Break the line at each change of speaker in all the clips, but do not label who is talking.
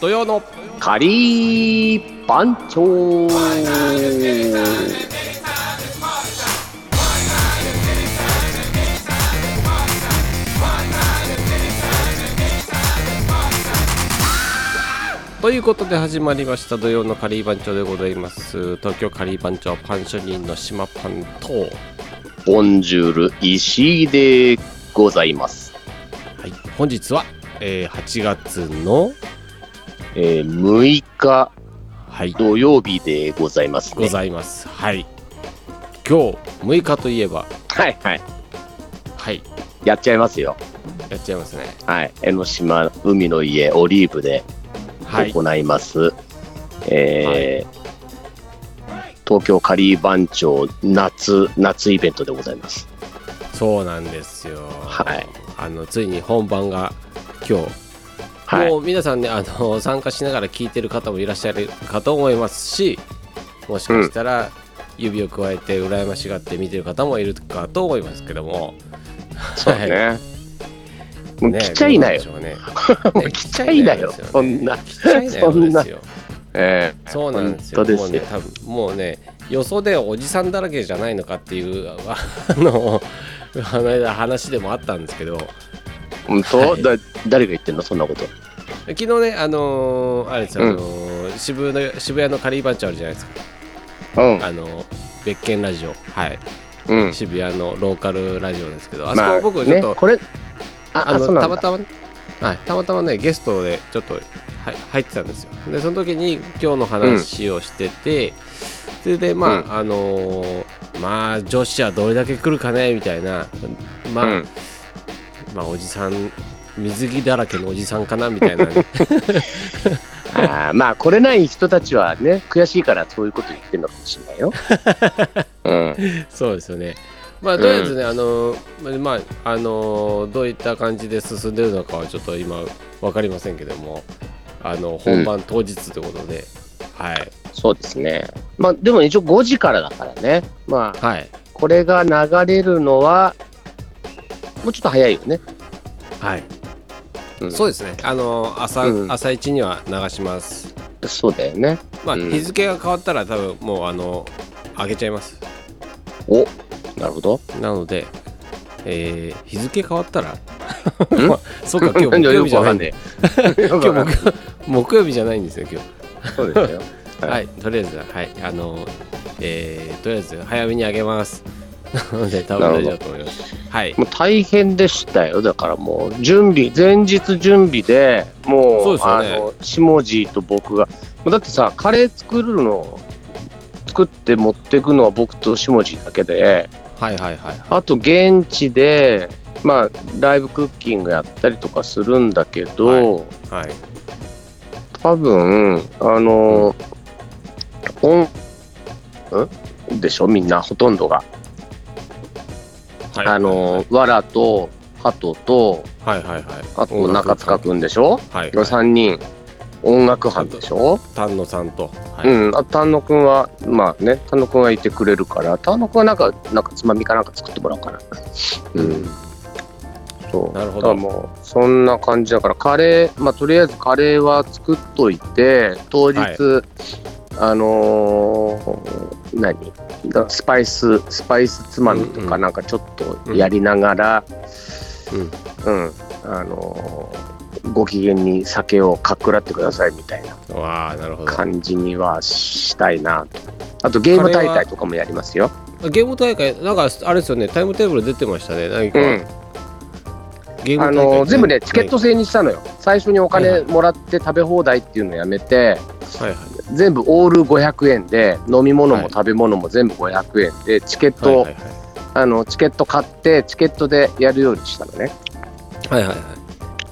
土曜の
カリー番長
ということで始まりました土曜のカリー番長でございます東京カリー番長パン職人の島パンと
ボンジュール石井でございます、
はい、本日は、えー8月の、
えー6日
はい、
土曜日でございます
ご
ね
ざいます。はい。今日6日といえば、
はいはい
はい、
やっちゃいますよ
やっちゃいますね。
はい江ノ島海の家オリーブで
はい。
行います、えー東京カリー番長夏夏イベントでございます
そうなんですよ。
はい。
あの、ついに本番が今日、
はい
もう皆さんね、あの、参加しながら聞いてる方もいらっしゃるかと思いますし、もしかしたら、指を加えて羨ましがって見てる方もいるかと思いますけども、
そうね、もう
ね
来ちゃいなよ
どうなんでしょ
も
うね
う来ちゃいなよ、そんな。
来ちゃいなよ
そんな
ですよ。
ええ
そうなんですよ。
本当です
もうね、
よ
多分もうね、よそでおじさんだらけじゃないのかっていう、 ああの、あの間話でもあったんですけど、
本当、
はい
だ誰が言ってんのそんなこと。
昨日ね、あのーあれですよ、
うん
あのー渋谷の渋谷のカリーバンチあるじゃないですか、
うん。
あのー別件ラジオ、はい、
うん。
渋谷のローカルラジオですけど、あそ
ま
こ
あ、
僕、ちょっと、
ね、これ、あ、
あ
あ
の
そうな
た
んだ
またまね、はい、たまたまねゲストでちょっとは入ってたんですよでその時に今日の話をしてて、それでまあ、
う
あのーまあ女子はどれだけ来るかねみたいなまあ、
うん
まあおじさん水着だらけのおじさんかなみたいな、ね、
あーまあ、来れない人たちはね、悔しいからそういうこと言ってんのかもしれ ないよ。うん。
そうですよねまあとりあえずね、あのーまああのーどういった感じで進んでるのかはちょっと今わかりませんけどもあの本番当日ということで、はい
そうですね。まあ、でも一応5時からだからね。まあ、
はい
これが流れるのは、もうちょっと早いよね。
はい
うん
そうですね。あの朝、
うん
朝一には流します。
そうだよね。
まあ、
うん
日付が変わったら多分もうあの上げちゃいます。
おなる ほど。
なので、えー日付変わったら、
ん
まあそうか今日木曜日じゃない。
よくわかんねえよくわか
今
んね
日木木曜日じゃないんですよ今日。
えそうですよ。はい
はい、とりあえずはいあの、えーとりあえず早めに上げます。 なので多分大丈夫だと思います。はい。
もう大変でしたよ、だからもう、準備、前日準備でもう、
そうですよ
あ
ね
の下地と僕が、もうだってさ、カレー作るの、作って持ってくのは僕と下地だけで、
はいはいはい。
あと現地で、まあ、ライブクッキングやったりとかするんだけど、
はい。
多分あの、オンんでしょ、みんな、ほとんどが。
はい、
あの、わらと、鳩と、
はいはいはい。
あと中塚君でしょ。
はい、
の
はい。
3人、音楽班でしょ、
丹野さんと。はい
うん、あ丹野くんは、まあね、丹野くんはいてくれるから、丹野くんはなんか、なんかつまみかなんか作ってもらおうかな。うん。そう。
なるほど
だからもう、そんな感じだから、カレー、まあ、とりあえずカレーは作っといて、当日、
はい
あのー何だスパイス、スパイスつまみと
うんう
か
ん
なんかちょっとやりながら、
うん
うん、あのーご機嫌に酒をかっくらってくださいみたいな
わあなるほど。
感じにはしたいなと。あとゲーム大会とかもやりますよ。
ゲーム大会、なんかあれですよね、タイムテーブル出てましたね、何か、
うん、
ゲーム大会
あ
って
の
ね
ー全部ね、チケット、制にしたのよ。最初にお
はい
金
は
もらって食べ放題っていうのやめて、
はいはい
全部オール500円で、飲み物も食べ物も全部500円で、チケッ
はい
ト、
はい
あのチケット買って、チケットでやるようにしたのね。
はいはいはい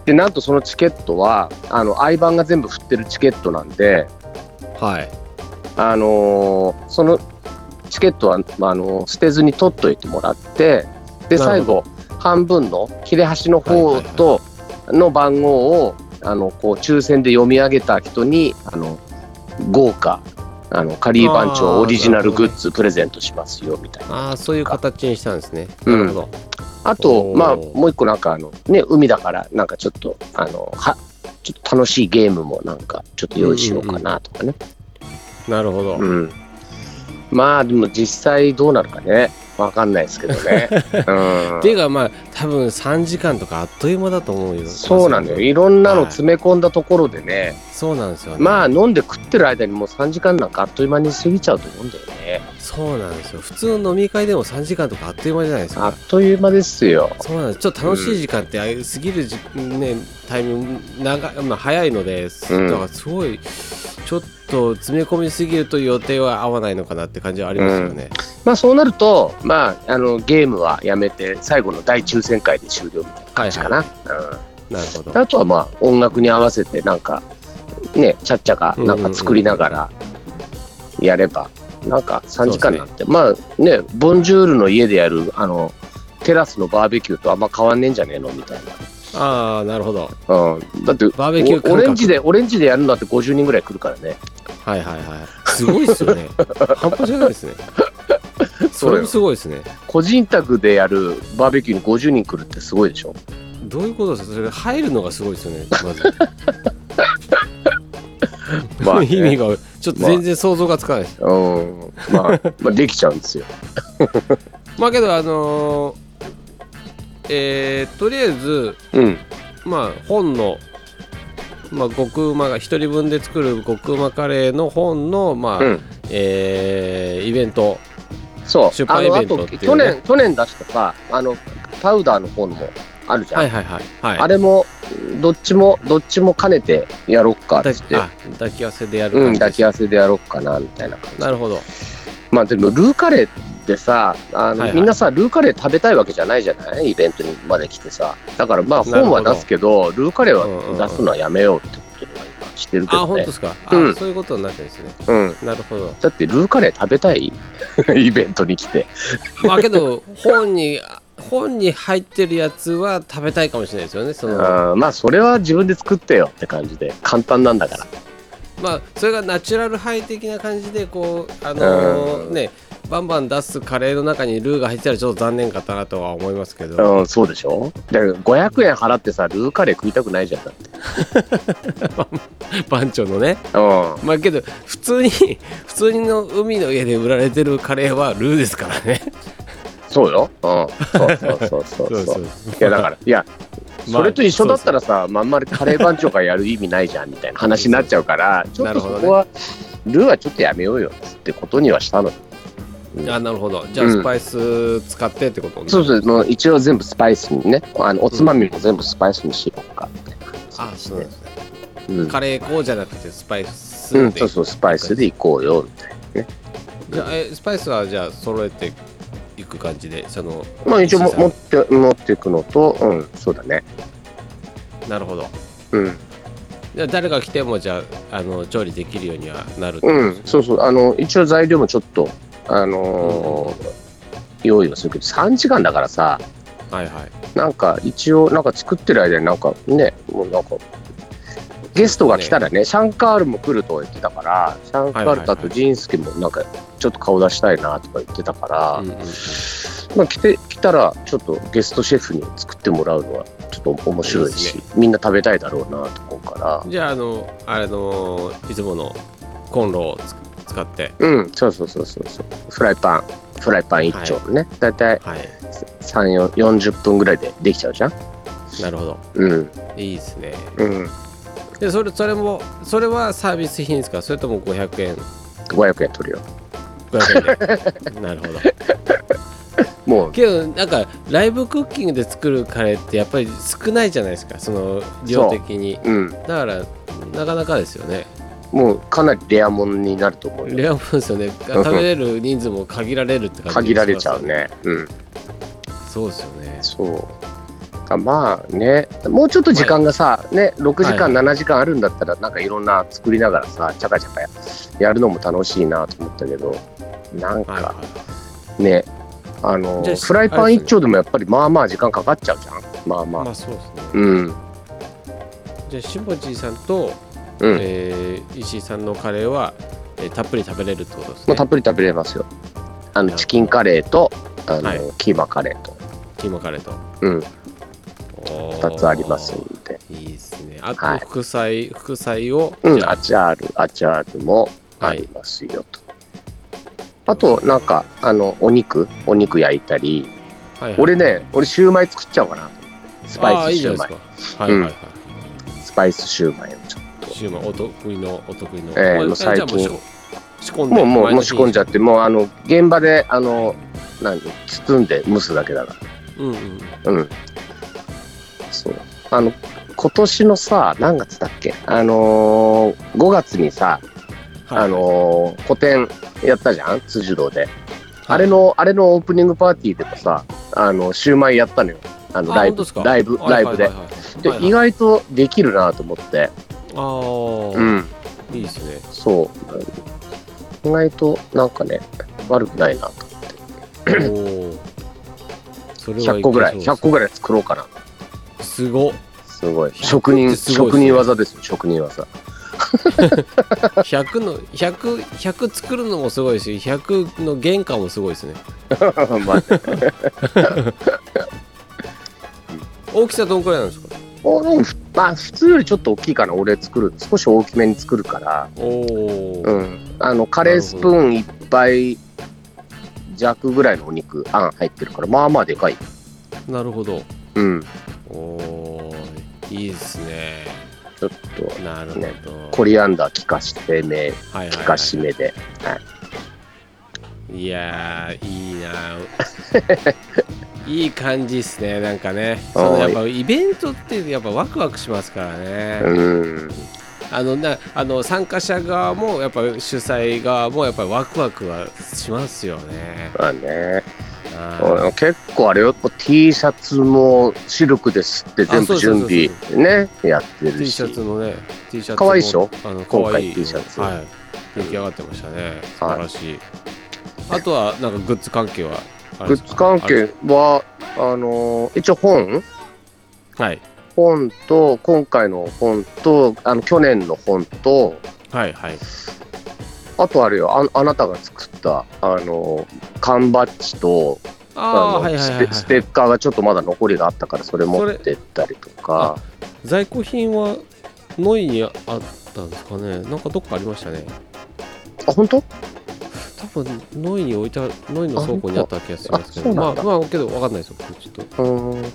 で、なんとそのチケットは、あの相番が全部振ってるチケットなんで、
はいはい
あのーそのチケットは、まああのー捨てずに取っといてもらってで
な
最
る
後半分の切れ端の
は
方
いはいはい
との番号をあのこう抽選で読み上げた人にあの豪華あのカリー番
あー
長オリジナ
な
ル
るほ
グ
ど
ッズプレゼントしますよみたいな
ああそういう形にしたんですね、
うん
なるほど
あ
お
と
ー
まあもう一個なんかあのね海だからなんかちょっとあのはちょっと楽しいゲームもなんかちょっと用意しようかなとかね。
なるほど、
うんまあでも実際どうなるかね、わかんないですけど ね。うん
っていうかまあ多分3時間とかあっという間だと思うよ
そうなんだよ。いろんなの詰め込んだところでね、
そうなんですよ、ね、
まあ飲んで食ってる間にもう3時間なんかあっという間に過ぎちゃうと思うんだよね。
そうなんですよ普通の飲み会でも3時間とかあっという間じゃないです
あ
か
っという間ですよ。
そうなんですちょっと楽しい時間って、あ過ぎるじ、ね、タイミング長い、まあ、早いのです、
うん
だからすごいちょっと詰め込みすぎると予定は合わないのかなって感じはありますよね、
まあそうなると、まああのゲームはやめて最後の大抽選会で終了みたいな感じかな。
なるほど
うんあとはまあ音楽に合わせてなんかねちゃっちゃかなんか作りながらやればなんか3時間なんて、まあねボンジュールの家でやるあのテラスのバーベキューとあんま変わんねえんじゃねえのみたい
ああなるほど
な、うん、だって
バーベキュー感覚
おオレンジでオレンジでやるのだって50人ぐらい来るからね
はいはいはいすごいですよね半端じゃないですねそれもすごいですね
個人宅でやるバーベキューに50人来るってすごいでしょ
どういうことですかそれ入るのがすごいですよねまず
まあ ね
意味がちょっと全然想像がつかないです、
うんまあ、まあできちゃうんですよ
まあけどあのーえーとりあえず
うん
まあ本のまあ極うまが一人分で作る極うまカレーの本のまあ、
うん
えーイベント
そう
出版イベント
あの
っ
あ
てい
と
うね
去年去年出したさあのパウダーの方のもあるじゃん、
はいはいはいはい
あれもどっちもどっちも兼ねてやろっかっ
だ
つって
あ抱き合わせでやる
うん
感じ
抱
です
き合わせでやろっかなみたいな感じ
なるほど
まあでもルーカレーってさあの、
はいはい
みんなさルーカレー食べたいわけじゃないじゃないイベントにまで来てさだからまあ
なる
本
ほ
は
ど
出すけどルーカレー
うんうんうん
は出すのはやめようってことで今してるけ
あ
ど
本当
ね
ですか、あ
うん
そういうことになってるんですね
うん
なるほど
だってルーカレー食べたい イベントに来て
まあけど本に本に入ってるやつは食べたいかもしれないですよねその
うんまあそれは自分で作ってよって感じで簡単なんだから
まあそれがナチュラルハイ的な感じでこうあのー
うん
ねバンバン出すカレーの中にルーが入ってたらちょっと残念かったなとは思いますけど、
うん、そうでしょだから500円払ってさ、ルーカレー食いたくないじゃん。だって
番長のね
う
まあけど普通に 普通の海の家で売られてるカレーはルーですからね
ん、そうよ。うん、そうそうそうそうそう。いや、だから、いや、
まあ
それと一緒だったらさ、まんまりカレー番長がやる意味ないじゃんみたいな話になっちゃうから、ちょっとそ
なるほ
こは、ルーはちょっとやめようよってことにはしたの。
あなるほどじゃあ
うん
スパイス使ってってこと、
そうそう、もう一応全部スパイスにね、あのおつまみも全部スパイスにしようかって
あそうなんですね
うん、
カレー粉じゃなくてスパイス
うん、
で
そうそう、スパイスでいこうよみたい
じゃあえスパイスはじゃあ揃えていく感じでその
な。まあ一応
小
も
さな
持って、持っていくのと、うん、そうだね。
なるほど
うん。
じゃあ誰が来てもじゃああの調理できるようにはなるってこと
う
です
ん、
ね
そうそう、あの一応材料もちょっと、あのー用意はするけど、3時間だからさ、
はいはい
なんか一応、なんか作ってる間に、なんかね、もうなんか、ゲストが来たらね、シャンカールも来ると言ってたから、シャンカールと
は
あ
いはいは
と
い
ジンスケも、なんか、ちょっと顔出したいなとか言ってたから、
うんうんうん
まあ、来て来たら、ちょっとゲストシェフに作ってもらうのは、ちょっと面白いし、
いい
みんな食べたいだろうなと思うから、
じゃああのあのいつものコンロをつ使って
うん、そうそうそうそうそう、フライパン、フライパン一丁ね、だいたい
はい
3 40分ぐらいでできちゃうじゃん
なるほど
うん
いいですね
うん
でそれそれもそれはサービス品ですかそれとも500円
500円取るよ
500円で なるほど
もう
けどなんかライブクッキングで作るカレーってやっぱり少ないじゃないですかその量的に
うん
だからなかなかですよね
もうかなりレアもんになると思うよ
レアもんですよね食べれる人数も限られるって感じ
限られちゃうねうん
そうですよね
そうあまあねもうちょっと時間がさ、ね6時間、
はい
7時間あるんだったらなんかいろんな作りながらさチャカチャカややるのも楽しいなと思ったけどなん
はい
か
は
ねあの
じゃあ
フライ
あ
パン
れですね
一丁でもやっぱりまあまあ時間かかっちゃうじゃんまあま
い
あ、
まあそうですね
うん
じゃあしぼちーさんと、
うん、
えー石井さんのカレーは、えーたっぷり食べれるってことです
もう
ね
たっぷり食べれますよ。あ
なるほ
の
ど
チキンカレーとあの、
はい
キーマカレーと、
キーマカレーと
うん、
おー
2つありますんで、
いいですねあ
は
と
い
副菜、副菜を、
うん、
じゃ
ア
あ
チャール、アチャールもありますよと。あと、なんか、あの、お肉、お肉焼いたり、
はいはい
俺ね、俺、シューマイ作っちゃおうかなと思って。ス
あ
パ
あい
イ
い
スシ
じゃ
ュー
な
マ
い
イ。
ですか。はいはいはい。
スパイスシューマイをちょっ
シューマイ、お得意の、お得意の。
ええ
もう
もう最近
じゃあもう仕込ん
と。
で、
もう、もう、
前
も
の
う
日
仕
に
込んじゃって、もう、あの、現場で、あの、何、包んで蒸すだけだか
うんうん。
ら。うん。そう。あの、今年のさ、何月だっけあのー、5月にさ、あのー個展やったじゃん辻堂で、あれのあれのオープニングパーティーでもさあのシューマイやったのよあの
あ
ライ
本当
ブ
ですか
ライブライブで、で
で
意外とできるなと思って、
あ
う
あ、
ん
いいですね。
そう意外となんかね悪くないなと
おお。それはいけそう
100個ぐらい100個ぐらい作ろうかな
すごっ。
すごい
100
職人
ってすごいです
職
ね
人技ですよ職人 技
100の100 100作るのもすごいし100の原価もすごいですね
まあ
大きさどんくらいなんですか
おでもまあ普通よりちょっと大きいかな俺作る少し大きめに作るから
おお、
うん、あのカレースプーン1杯弱ぐらいのお肉あん入ってるからまあまあでかい、
なるほど
うん、
おーいいですね
ちょっと
なるほ
ね
ど
コリアンダー効かしてめ効
はいはい
か
は
しめで
い、いやーいい ないい感じですねなんかねそのやっぱイベントってやっぱワクワクしますからね、
うん
あのなあの参加者側もやっぱ主催側もやっぱりワクワクはしますよね
まあね
あー
俺結構あれよやっぱ T シャツもシルクですって全
あそ
部
うそう
準
そう
備ねやってる
T シ
し
ャツのね T シャツも
可愛いでしょ
あの
今
可
回
愛い
T シャツ
はい出来上がってましたね素晴らしい、あとはなんかグッズ関係はあれで
グ
す
ッズ関係はあの一応本
あはい
本と今回の本とあの去年の本と
はいはい
あとあれよあ、あなたが作った、あの、缶バッジと、
ああー
の
はいはいはい、
ステステ
はい、
ッカーがちょっとまだ残りがあったから、それ持ってったりとか、
在庫品はノイにあったんですかねなんかどっかありましたね
あ、本当
多分ノイに置いたノイの倉庫にあった気がしますけ
あ
どま
そうなん
あ
だ
まあけどわかんないですよちょっと
うーん。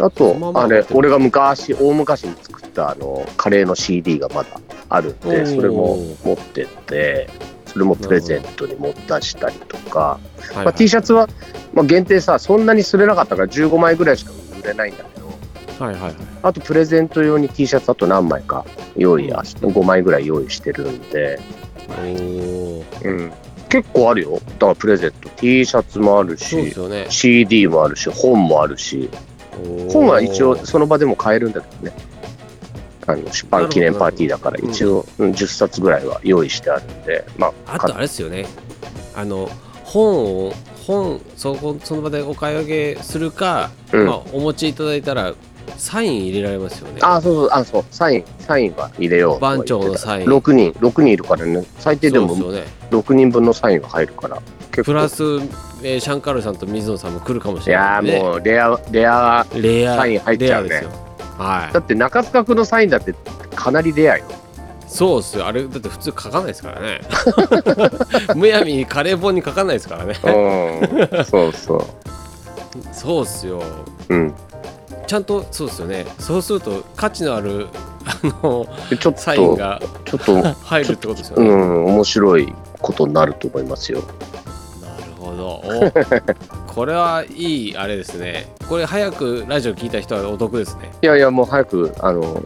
あ
そのま
と、
ま
あ
持っ
れ
て、る
俺が昔、大昔に作った、あの、カレーの CD がまだあるん
おー
で、それも持ってって、それもプレゼントに持ったしたりとか、
はい
ま
は
あ、T
い
シャツは、まあ、限定さ、そんなにすれなかったから、15枚ぐらいしか売れないんだけど、
はいはいはい
あとプレゼント用に T シャツあと何枚か用意、あ5枚ぐらい用意してるんで、
おお
うん、結構あるよだからプレゼント T シャツもある
そうで
し
すよね
CD もあるし本もあるし本
本
は一応その場でも買えるんだけどねあの出版記念パーティーだか
な
ら
るほど
一応うん10冊ぐらいは用意してあるんでまあ
あ
買
とあれですよねあの本を本そこその場でお買い上げするか、
うん
まあ、お持ちいただいたらサイン入れられますよね
あそうそうあそうサインサインは入れようとは言ってた
番長のサイン
6人6人いるからね最低でも
そうですよね
6人分のサインが入るから結
プ
構
ラス、えーシャンカールさんと水野さんも来るかもし
い
れ
や
な
ー
い、ね、
もうレアレア
うレア
サイン入っちゃうね
レアですよ
だ
は
って中塚君のサインだってかなりレアよ。
いそうっすよあれだって普通書かないですからね むやみにカレー本に書かないですからね
うん、そうそ
そうっすよ
う。うん、
ちゃんとそうっすよねそうすると価値のある あの
でちょっと
サインが
ちょっと、
入るってことですよ
う
ね、
ん、面白いことになると思いますよ。
なるほど。おこれはいいあれですね。これ早くラジオ聞いた人はお得ですね。
いやいやもう早く あの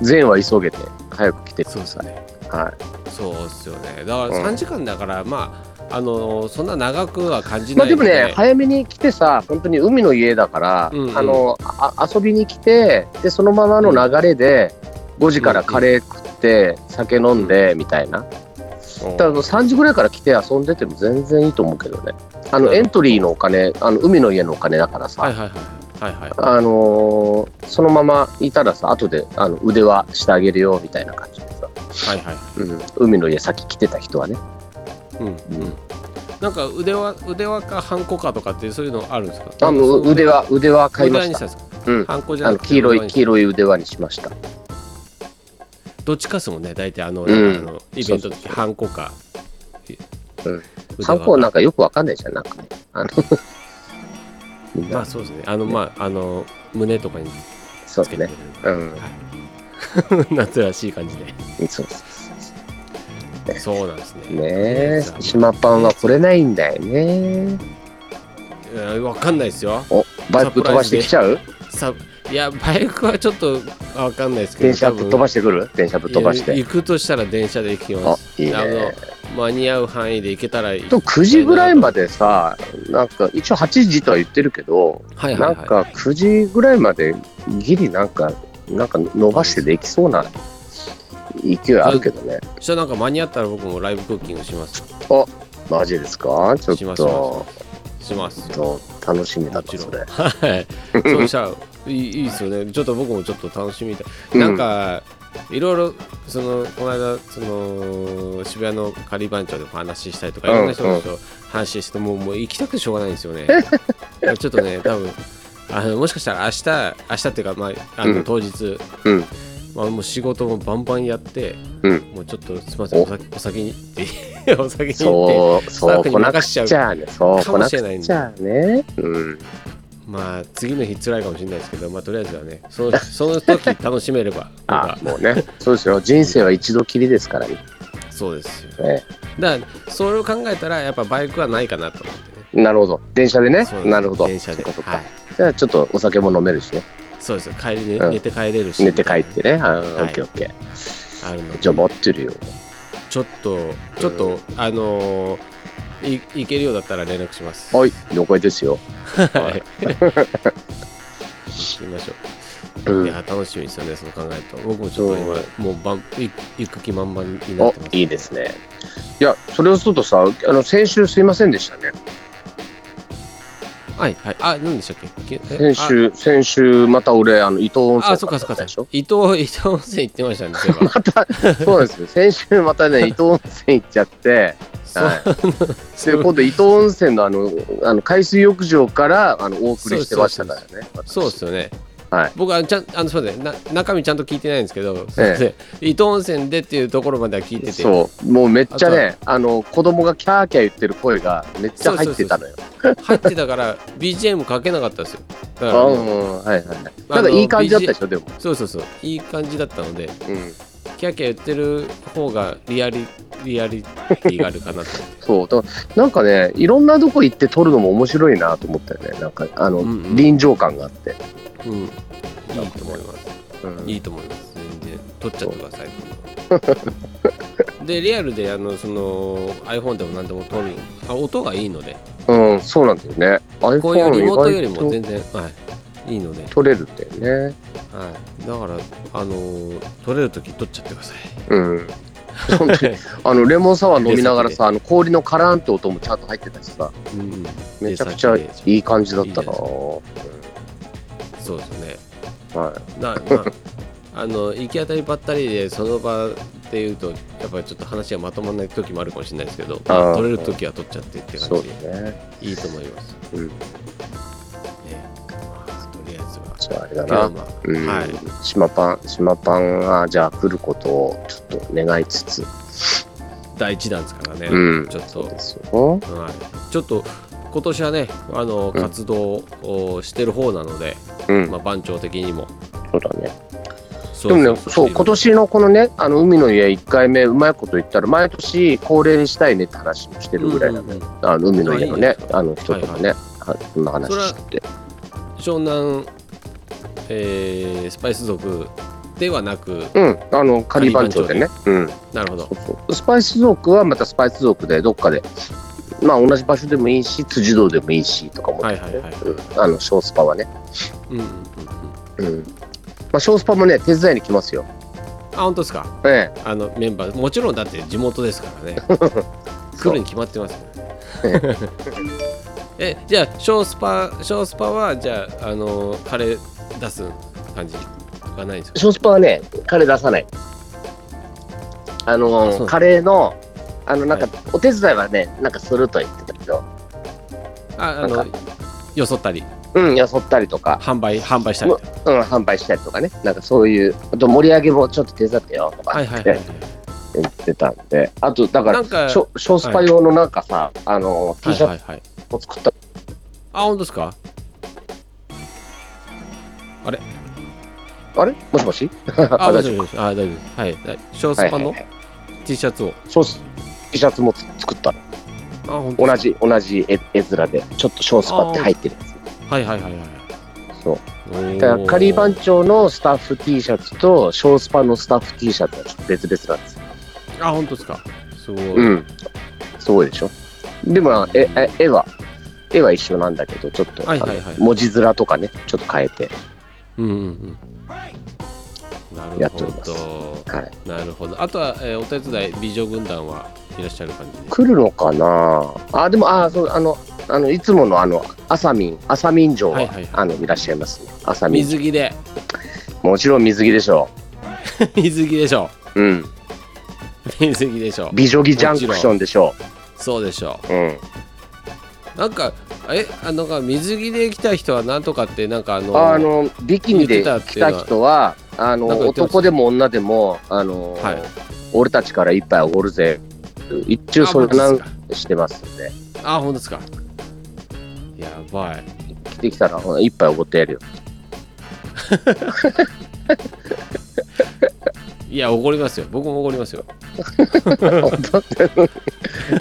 善は急げて早く来てください。
ね。
は
そうですよね。だから
うん
3時間だから、まああのそんな長くは感じ
い。
な
まあ
い
で
の
も
で。
ね早めに来てさ本当に海の家だから、
うんうん
あのあ遊びに来てでそのままの流れで5時からカレー食って酒飲んでみたいな。
うん
ただあの3時ぐらいから来て遊んでても全然いいと思うけどね
なる
あ
ほど
のエントリーのお金あの海の家のお金だからさ、
はいはいはいはいはい。
あのーそのままいたらさ後であの腕はしてあげるよみたいな感じでさ、
はいはい。
うん、海の家先来てた人はね
うんうん。なんか腕輪腕輪かハンコかとかってそういうのあるんですか。
あもう腕は腕は買いまし
腕輪にしたたんですか。
うん。
ハンコじゃ
あ
な
の
くて
黄色
腕輪
い、
に
黄色い腕輪にしました。
どっちかっすもんね大体あの,、
うん
あのイベントの時ハンコか
うん
腕輪
ハンコなんかよくわかんないじゃん、なんかね。あのみん
ま
な
あそうですねあのまああの胸とかに
そう
つけてくれ
ね
る。
うん。
夏らしい感じで
そうそうそう
そうなんですね
ねえ
さ、あ
島パンは来れないんだよね。
えーわかんないですよ
お、バイク飛ばしてきちゃう
さいやバイクはちょっとわかんないですけど
電車ぶっ飛ばしてくる電車ぶっ飛ばし
いや
て。
行くとしたら電車で行き
あ
ま、す
いい
あ
ね。
の間に合う範囲で行けたらいい
と9時ぐらいまでさ、なんか一応8時とは言ってるけど、
はいは
ないん
はい
か9時ぐらいまでギリなんか、なんか伸ばしてできそうな勢いあるけどね。
そしたらなんか間に合ったら僕もライブクッキングします
マジですかちょっ
します
と、
します
ちょっと楽しみ
も
だな、
ちろん
それ。
はいそうしたらいいいいですよねちょっと僕もちょっと楽しみたいなんか、いろいろ、その、この間、その、渋谷の仮番長でお話ししたりとか、いろんな人
うんう
の
ん
人話して、もう、もう行きたくてしょうがないんですよね。ちょっとね、多分、あの、もしかしたら明日、明日っていうか、まあ、あ
う
の、
ん
当日、
うん
まあ、もう仕事もバンバンやって、
うん
もうちょっと、すみません、
お
お先お先にって、 お先にって、
そう、そう、
スタッフ
来
に
なく
任せちゃう
ちゃね。そう、
か
来
も
な
しれない
く
んで
ちゃね。うん。
まあ、次の日辛いかもしれないですけど、まあ、とりあえずはね、その、その時楽しめれば、なん
あ
か、、
もうね。そうですよ。人生は一度きりですからね。
そうですよ。
え
だからそれを考えたらやっぱバイクはないかなと思ってね
えなるほど。電車でね
そう。
なるほど。
電車で
そっかそっ
は
か
い。
じゃあちょっとお酒も飲めるしね。
そうですよ帰りに
うん
寝て帰れるし、
寝て帰ってね。あ
はい
ーオッケーオッケー。
あるので
じゃあ待ってるよ。
ちょっとちょっと、
う
あのーい行けるようだったら連絡します
はい、了解ですよ。
はい行きましょう、
うん
いや楽しみですよねそう考えると僕もちょっと今、もうばんい行く気満々になっ
お
てます、
いいですね。いや、それをするとさ、あの先週すいませんでしたね。
はいはいあ何でしたっけけえ
先週、先週、また俺、あの伊藤温
ああ
泉
そっ
買
か
っ
そったかそ
でし
っ
ょ
か。伊藤伊藤温泉行ってましたねそういえば
また、そうなんですよ。先週またね、伊藤温泉行っちゃって、 はい、で
そう
今度伊東温泉のあのあの海水浴場からあのお送りしてましたからね。
そうですよね。
はい
僕はちゃんあのすみませんな中身ちゃんと聞いてないんですけど、すいません伊東温泉でっていうところまでは聞いてて、
そうもうめっちゃねあの子供がキャーキャー言ってる声がめっちゃ入ってたのよ。
入ってたから BGM かけなかったですよ。だから
あう
もうん
はいはいはい。なんかいい感じだったでしょでも。
そうそうそういい感じだったので、
うん。
キャーキャー言ってる方がリアリリアリティがあるかなと。
そうだからなんかねいろんなとこ行って撮るのも面白いなと思ったよねなんかあの、
うんうん
臨場感があって。
うん、いいと思います。
うん
いいと思います。全然撮っちゃってください。でリアルであのその iPhone でも何でも撮るあ音がいいので
うん、そうなんだよね。
こういう
iPhone
リ
意
モートよりも
外と
全然、はい、いいので、
撮れるんだよね。
はい、だから、あのー、取れるとき取っちゃってください。
うん。本当に あのレモンサワー飲みながらさあの氷のカランって音もちゃんと入ってたしさ
うんうん、
めちゃくちゃいい感じだったな。
いい
は
そうですね。
い。
な、まあ、 あの行き当たりばったりでその場っていうとやっぱりちょっと話がまとまらない時もあるかもしれないですけど、ま
あ
あ、
ー
取れる時は取っちゃってって
そ
感
う
じで
だね。
いいと思います。
うん
ねまあとりあえずは
じゃああれだ
今日は
な。
まあ
うん。
は
島パン、島パンがじゃあ来ることをちょっと願いつつ。
第一弾ですからね、
うん。
ちょっ
そう
と
ですよ。
はい、ちょっと今年はねあの
うん
活動をしてる方なので、
うん
ま。あ、番長的にも
そうだね。
そ
でもね、そう、今年のこのね、あの海の家1回目、うまいこと言ったら、毎年恒例にしたいねって話もしてるぐらいな
う
の
んうんうん
あの海の家の
あいい
ね
です、
あの人とかね、はそんな話
それは
してて。
湘南、えースパイス族ではなく
うん、あの、仮番長でね。うん。
なるほど
そうそうスパイス族はまたスパイス族でどっかで、まあ、同じ場所でもいいし辻堂でもいいしとかも、
はいはいはい
うんあの小スパはね、
うんうんうんうん
うんまあ、小スパもね手伝いに来ますよ、
あ本当ですか
え
あのメンバーもちろんだって地元ですから ね
え、
来
そ
る
う
に決まってますよね えじゃあショースパショースパはじゃああのカレー出す感じがないんですか
小スパはねカレー出さないあ
あ
の
そう
カレーのあのなんか、
は
お手伝いはねなんかするとは言ってたけど
ああ
な
の
ん
よそったり
うん、よそったりとか、
販売販売したりとか
うん、販売したりとかね、なんかそういう、あと盛り上げもちょっと手伝ってよとか
は
っ
いはいは
て
い
言ってたんで、あとだか
な
ら、
んか
ショショースパ用のなんかさ、あの T
はい
シ
は
ャ
いはい
ツを作った、
あ本当です か
あれもしもし
あ大
あ大
丈
丈
夫ですあ大丈夫ですはいはいショー
夫は
ス
い
パ
はい
の
はい
T シャツを
ショース T シャツもつ作ったの、
あ本当
同じ同じ絵絵面で、ちょっとショースパって入ってるやつ。
はいはいはいはい
そう
おー
だからカリー番長のスタッフ T シャツとショースパのスタッフ T シャツはちょっと別々なんですよ。
あ本当ですかすごい、
うん。すごいでしょ。でもええ絵は絵は一緒なんだけどちょっと、
はいはいはい
あの文字面とかねちょっと変えて、
うんうんうんなる
やって
ほ
おります
ど
はい、
なるほどあとは、えーお手伝い美女軍団はいらっしゃる感じで
来るのかなあでもあそうあのあのいつものあのあさみんあさみん城は、
はいはい
あのいらっしゃいますねあさみん
水着で
もちろん水着でしょ
水着でしょ
う、うん、
水着でしょ
美女着ジャンクションでしょ
そうでしょ
う、うん、
なんかえあのなんか水着で来た人はなんとかってなんかあの
あのビキニで
言ってたって
来
いうのは
た人はあの
なんか言ってました
男でも女でもあの、
はい
俺たちから一杯おごるぜ一応
あ
それ
マ
な
ジっ
ん
すか
してますんで
あ本当ですかやばい
来てきたらほら一杯おごってやるよ
いや怒りますよ僕も怒りますよ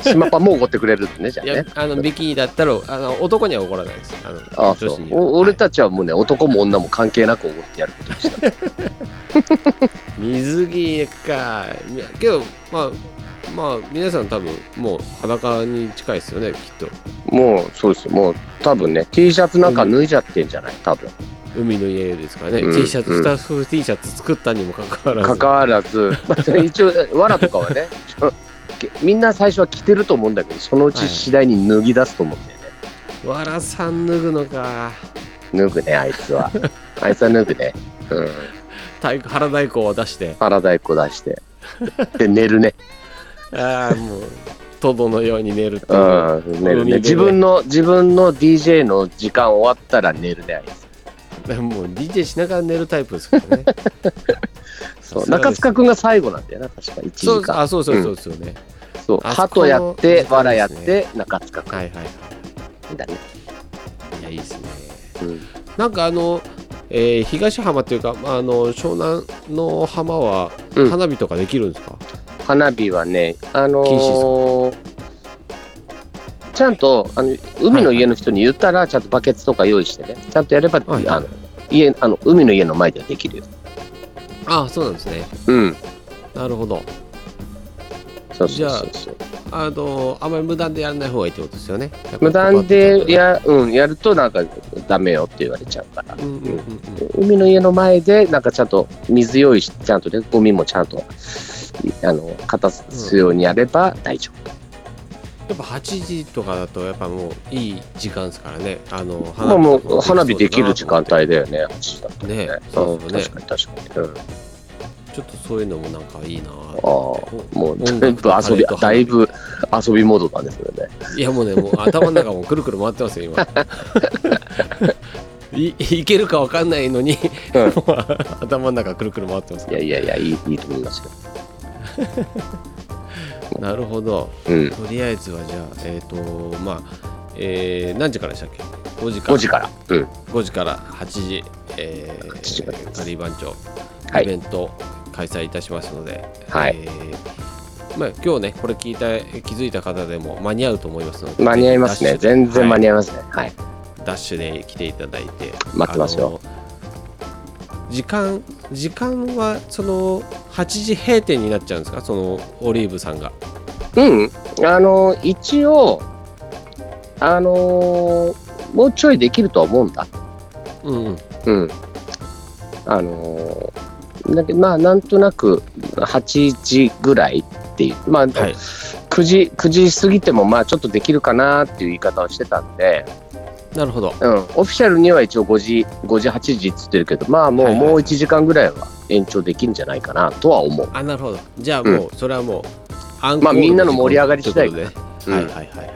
島パンもおごってくれるんねじゃあ
いや
ね
あのビキニだったらあの男には怒らないですあの
ああそ
女子
う
には
お俺
はい
たちはもうね男も女も関係なくおごってやることにした
水着かいやけどまあまあ皆さん多分もう裸に近いですよねきっと
もうそうですよもう多分ね T シャツなんか脱いじゃってんじゃない多分
海の家ですからね、
うん
T シャツ、
うん
スタッフ T シャツ作ったにもかかわらず
関わらず 一応わらとかはねちょみんな最初は着てると思うんだけどそのう
はい
ち次第に脱ぎ出すと思うんだよね、
わらさん脱ぐのか
脱ぐねあいつ はあいつは脱ぐねうん
太鼓腹太鼓を出して
腹太鼓出してで寝るね
ああもう トドのように寝るっていう、
うん寝る
海でね
ね自分の自分の DJ の時間終わったら寝るねあいつ
もう DJ しながら寝るタイプですから ね
そう中塚君が最後なんだよな、確か1時
そう
間。
あそうそうそうですよね、
そう、
あそ
ハ
この
トやっ
時間
て、
ですね
バラやって、中塚君
はいはいは
だね。
いいやいいですね
うん
なんかあの、えー東浜っていうか、まあ、あの湘南の浜は
うん
花火とかできるんですか、
花火はね、あのー
禁
ちゃんとあの海の家の人に言ったら、ちゃんとバケツとか用意してね、ちゃんとやれば、
はい
あの家あの海の家の前ではできるよ。
ああそうなんですね
うん、
なるほど
そう
じ
そ
ゃ
う
あ
そうそう。
あのあまり無断でやらない方がいいってことですよね
無断でや,、うん、やると、なんかダメよって言われちゃうから。
うんうんうんうん
海の家の前で、なんかちゃんと水用意して、ちゃんとね、ゴミもちゃんと、あの、片すようにやれば大丈
やっぱ8時とかだとやっぱもういい時間ですからねあの
夫。まあもう、花
花
火
火と
でき
か
る時間帯だよね、
ねそううんそうね
確かに確かに。うん、
ちょっとそういうのもなんかいいなあ
ああ、もう、
音
だい
楽
ぶ
とカ
遊
レ
び
ーと、
だ
花
い
火
ぶ遊びモードなんですよね。
いやもうねもう頭の中もくるくる回ってますよ 今いいけるかわかんないのに、
うん
もう頭の中くるくる回ってます
いやいやいや、いいいいと思いますよ。
なるほど
うん。
とりあえずはじゃあえっ、とまあ、えー何時からでしたっけ5時から
5時から。うん。
5時から8時、えー
8時からです
カリー番長
はい
イベント開催いたしますので、
はい
えーまあ、今日ねこれ聞いた気づいた方でも間に合うと思いますので
間に合いますね。
ぜひ
全然間
ダッシュで
に合いますね。はい。
はいダッシュで来ていただいて
待ってますよ
あの時間時間はその8時閉店になっちゃうんですかそのオリーブさんが
うん、あの一応、あのもうちょいできるとは思うんだ。
うんうん
うん。あのだけど、まあ、なんとなく8時ぐらいっていう、ま
は
あ、
い
9時、9時過ぎても、まあ、ちょっとできるかなっていう言い方をしてたんで、
なるほど
うん、オフィシャルには一応5時、5時、8時って言ってるけど、まあ、も
は
う、
いはい
もう1時間ぐらいは延長できるんじゃないかなとは思う。
あなるほどじゃあもう、それはもうアンコール
まあみんなの盛り上がり次第
ということでは
うん
いはいはいはい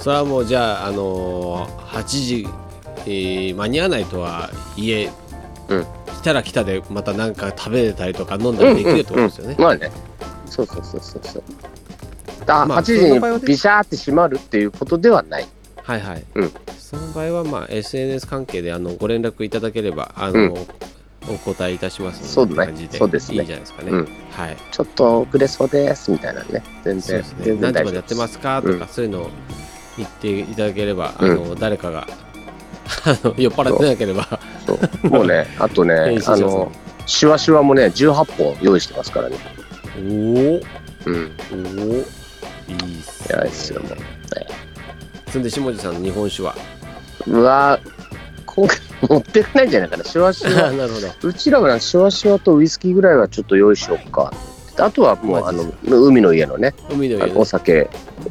それはもうじゃああのー8時えー間に合わないとはいえ、
うん
来たら来たでまた何か食べれたりとか飲んだりできるってことですよね。
まあね。そうそうそうそうそう。あ
まあ
8時
そんな場合は
に
ね
ビシャーって閉まるっていうことではない。
はいはい、
うん
その場合は、まあ、SNS 関係であのご連絡いただければあの、お答えいたします
そう
の
だね
感じで
そうですね
いいじゃないですかね。
うん
はい
ちょっと遅れそうですみたいなね。全
そうで
然、
すね、
全
何
然
時
大
ま
丈
でや
夫
ってますかとか、そういうのを言っていただければ、
うん
あの誰かがあの酔っ払ってなければ
そうもうね、あとね
編集、者さ
あ
ん
の、しわしわもね、18本用意してますからね。
おー
うん。
おーいいっすね
いやいいっすよもう
そんで下地さんの日本酒は
うわ今回持ってかないんじゃないかな。しわし
あ
わ。
なるほど
うちらはねしわしわとウイスキーぐらいはちょっと用意しようか。あとはもう、
マ
あ
ジ
の、海の家のね、
海の
あ
家
のお酒、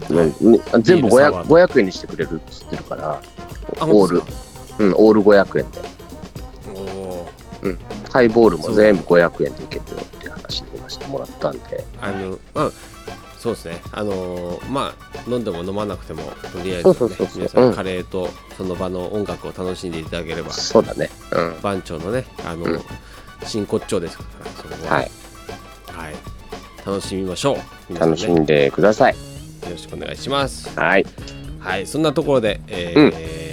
うん全部
ビールサワー
500, 500円にしてくれるっつってるから、
あ
オー
本当
ル
です、
うん、オール500円で。
かおー
ハイボールも全部500円でいけるよっていう話で今してもらったんで。
あのまあそうですねあのーまあ飲んでも飲まなくてもとりあえず、
そ
ね
うそうそうそう
皆さ
うん
んカレーとその場の音楽を楽しんでいただければ
そうだね。うん。
番長のねあのー、
うん
真骨頂ですからそこは
はい。
はい、楽しみましょう皆さんね
楽しんでください。
よろしくお願いします
はい。
はいそんなところで、えー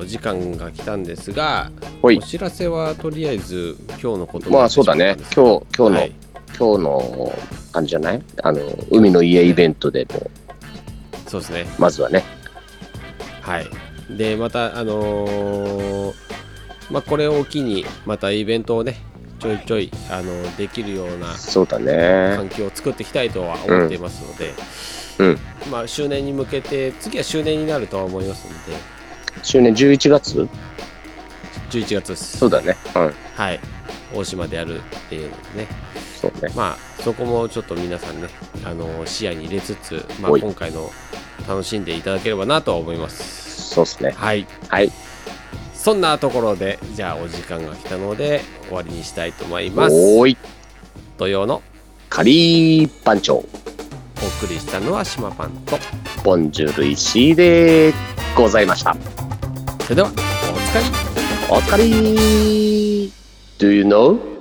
お時間が来たんですが
ほい
お知らせはとりあえず今日のことに
ま
なっ
あ
て
そうだね。
しま
今日、今日の、
ったんです
今日の感じじゃないあの、海の家イベントでも、
はい、そうですね
まずはね。
はいでまたあのーまあこれを機にまたイベントをねちょいちょい、あのできるような
そうだね。
環境を作っていきたいとは思っていますので、
うん。
まあ周年に向けて次は周年になるとは思いますので
周年11月
11月です
そうだね。うん。
はい、大島でやるっていうのでね、
そうね。
まあ、そこもちょっと皆さんね、あの視野に入れつつ、まあ、
はい
今回の楽しんでいただければなとは思います。
そうですね。
はい、
はい。
そんなところで、じゃあお時間が来たので、終わりにしたいと思います。
おーい。
土曜の
カリーパンチョ、
お送りしたのは島パンと、
ボンジュール石井でございました。
それではお疲れ。
お疲れ !Do you know?